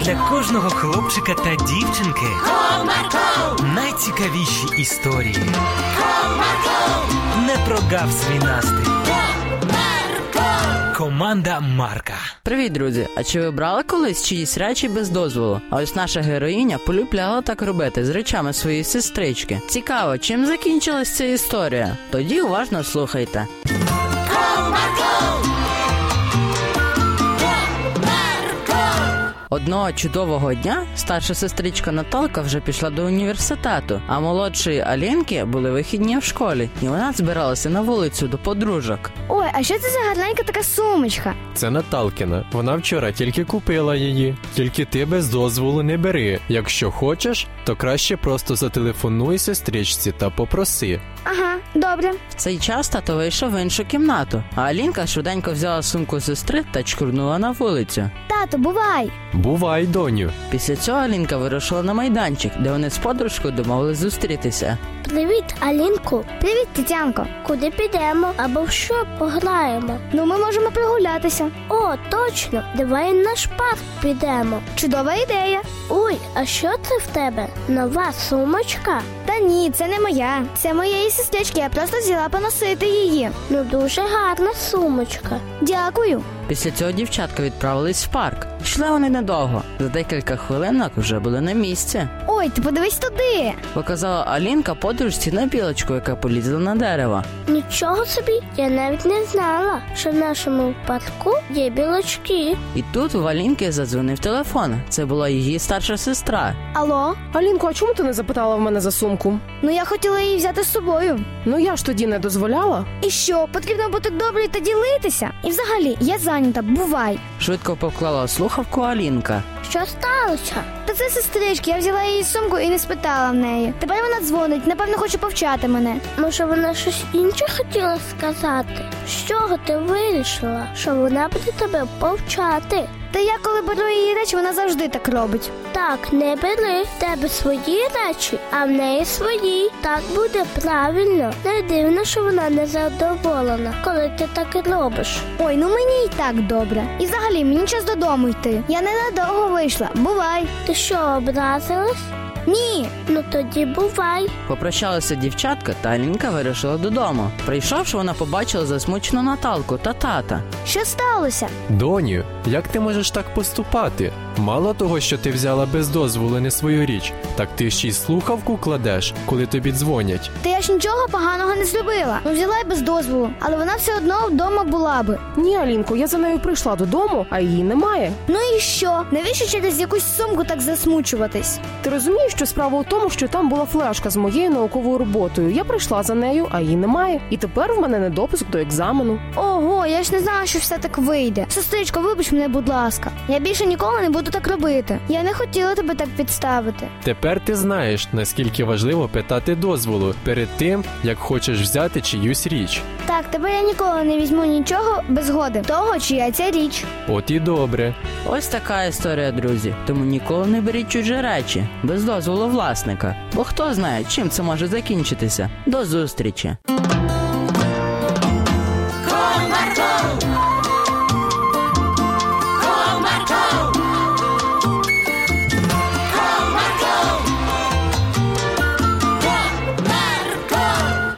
для кожного хлопчика та дівчинки Comarco, найцікавіші історії. Comarco, Не прогав свій настрій. Marco, Команда Марка. Привіт, друзі! А чи ви брали колись чиїсь речі без дозволу? А ось наша героїня полюбляла так робити з речами своєї сестрички. Цікаво, чим закінчилась ця історія? Тоді уважно слухайте. Comarco, Одного чудового дня старша сестричка Наталка вже пішла до університету, а молодшої Алінки були вихідні в школі, і вона збиралася на вулицю до подружок. Ой, а що це за гарненька така сумочка? Це Наталкіна. Вона вчора тільки купила її. Тільки ти без дозволу не бери. Якщо хочеш, то краще просто зателефонуй сестричці та попроси. Ага, добре. В цей час тато вийшов в іншу кімнату, а Алінка швиденько взяла сумку сестри та чкурнула на вулицю. Тато, бувай. Бувай, доню. Після цього Алінка вирушила на майданчик, де вони з подружкою домовились зустрітися. Привіт, Алінку. Привіт, Тетянко. Куди підемо або в що пограємо? Ну, ми можемо прогулятися. О, точно, давай на шпар підемо. Чудова ідея. Ой, а що це в тебе? Нова сумочка? Та ні, це не моя. Це моєї сестрички, я просто взяла поносити її. Ну дуже гарна сумочка. Дякую. Після цього дівчатка відправились в парк. Йшли вони недовго. За декілька хвилинок вже були на місці. Ой, ти подивись туди. Показала Алінка подружці на білочку, яка полізла на дерево. Нічого собі, я навіть не знала, що в нашому парку є білочки. І тут в Алінки задзвонив телефон. Це була її старша сестра. Алло, Алінко, а чому ти не запитала в мене за сумку? ну я хотіла її взяти з собою. Ну я ж тоді не дозволяла. І що, потрібно бути доброю та ділитися? І взагалі, я зайнята, бувай. Швидко поклала слухавку Алінка. Що сталося? Та це сестрички, я взяла її сумку і не спитала в неї. Тепер вона дзвонить, напевно, хоче повчати мене. Може, вона щось інше хотіла сказати? З чого ти вирішила, що вона буде тебе повчати? Та я коли беру її речі, вона завжди так робить. Так, не бери. В тебе свої речі, а в неї свої. Так буде правильно. Не дивно, що вона не задоволена, коли ти так і робиш. Ой, ну мені і так добре. І взагалі мені час додому йти. Я ненадовго вийшла. Бувай. Ти що, образилась? Ні. Ну тоді бувай. Попрощалася дівчатка, та Алінка вирішила додому. Прийшовши, вона побачила засмучену Наталку та тата. Що сталося? Доню, як ти можеш так поступати? Мало того, що ти взяла без дозволу не свою річ, так ти ще й слухавку кладеш, коли тобі дзвонять. Та я ж нічого поганого не зробила. Ну взяла й без дозволу, але вона все одно вдома була би. Ні, Алінко, я за нею прийшла додому, а її немає. Ну і що? Навіщо через якусь сумку так засмучуватись? Ти розумієш, що справа у тому, що там була флешка з моєю науковою роботою. Я прийшла за нею, а її немає. І тепер в мене недопуск до екзамену. Ого, я ж не знала, що все так вийде. Сестричко, вибач мене, будь ласка. Я більше ніколи не буду так робити. Я не хотіла тебе так підставити. Тепер ти знаєш, наскільки важливо питати дозволу перед тим, як хочеш взяти чиюсь річ. Так, тепер я ніколи не візьму нічого без згоди того, чия ця річ. От і добре. Ось така історія, друзі. Тому ніколи не беріть чужі речі без дозволу власника. Бо хто знає, чим це може закінчитися. До зустрічі.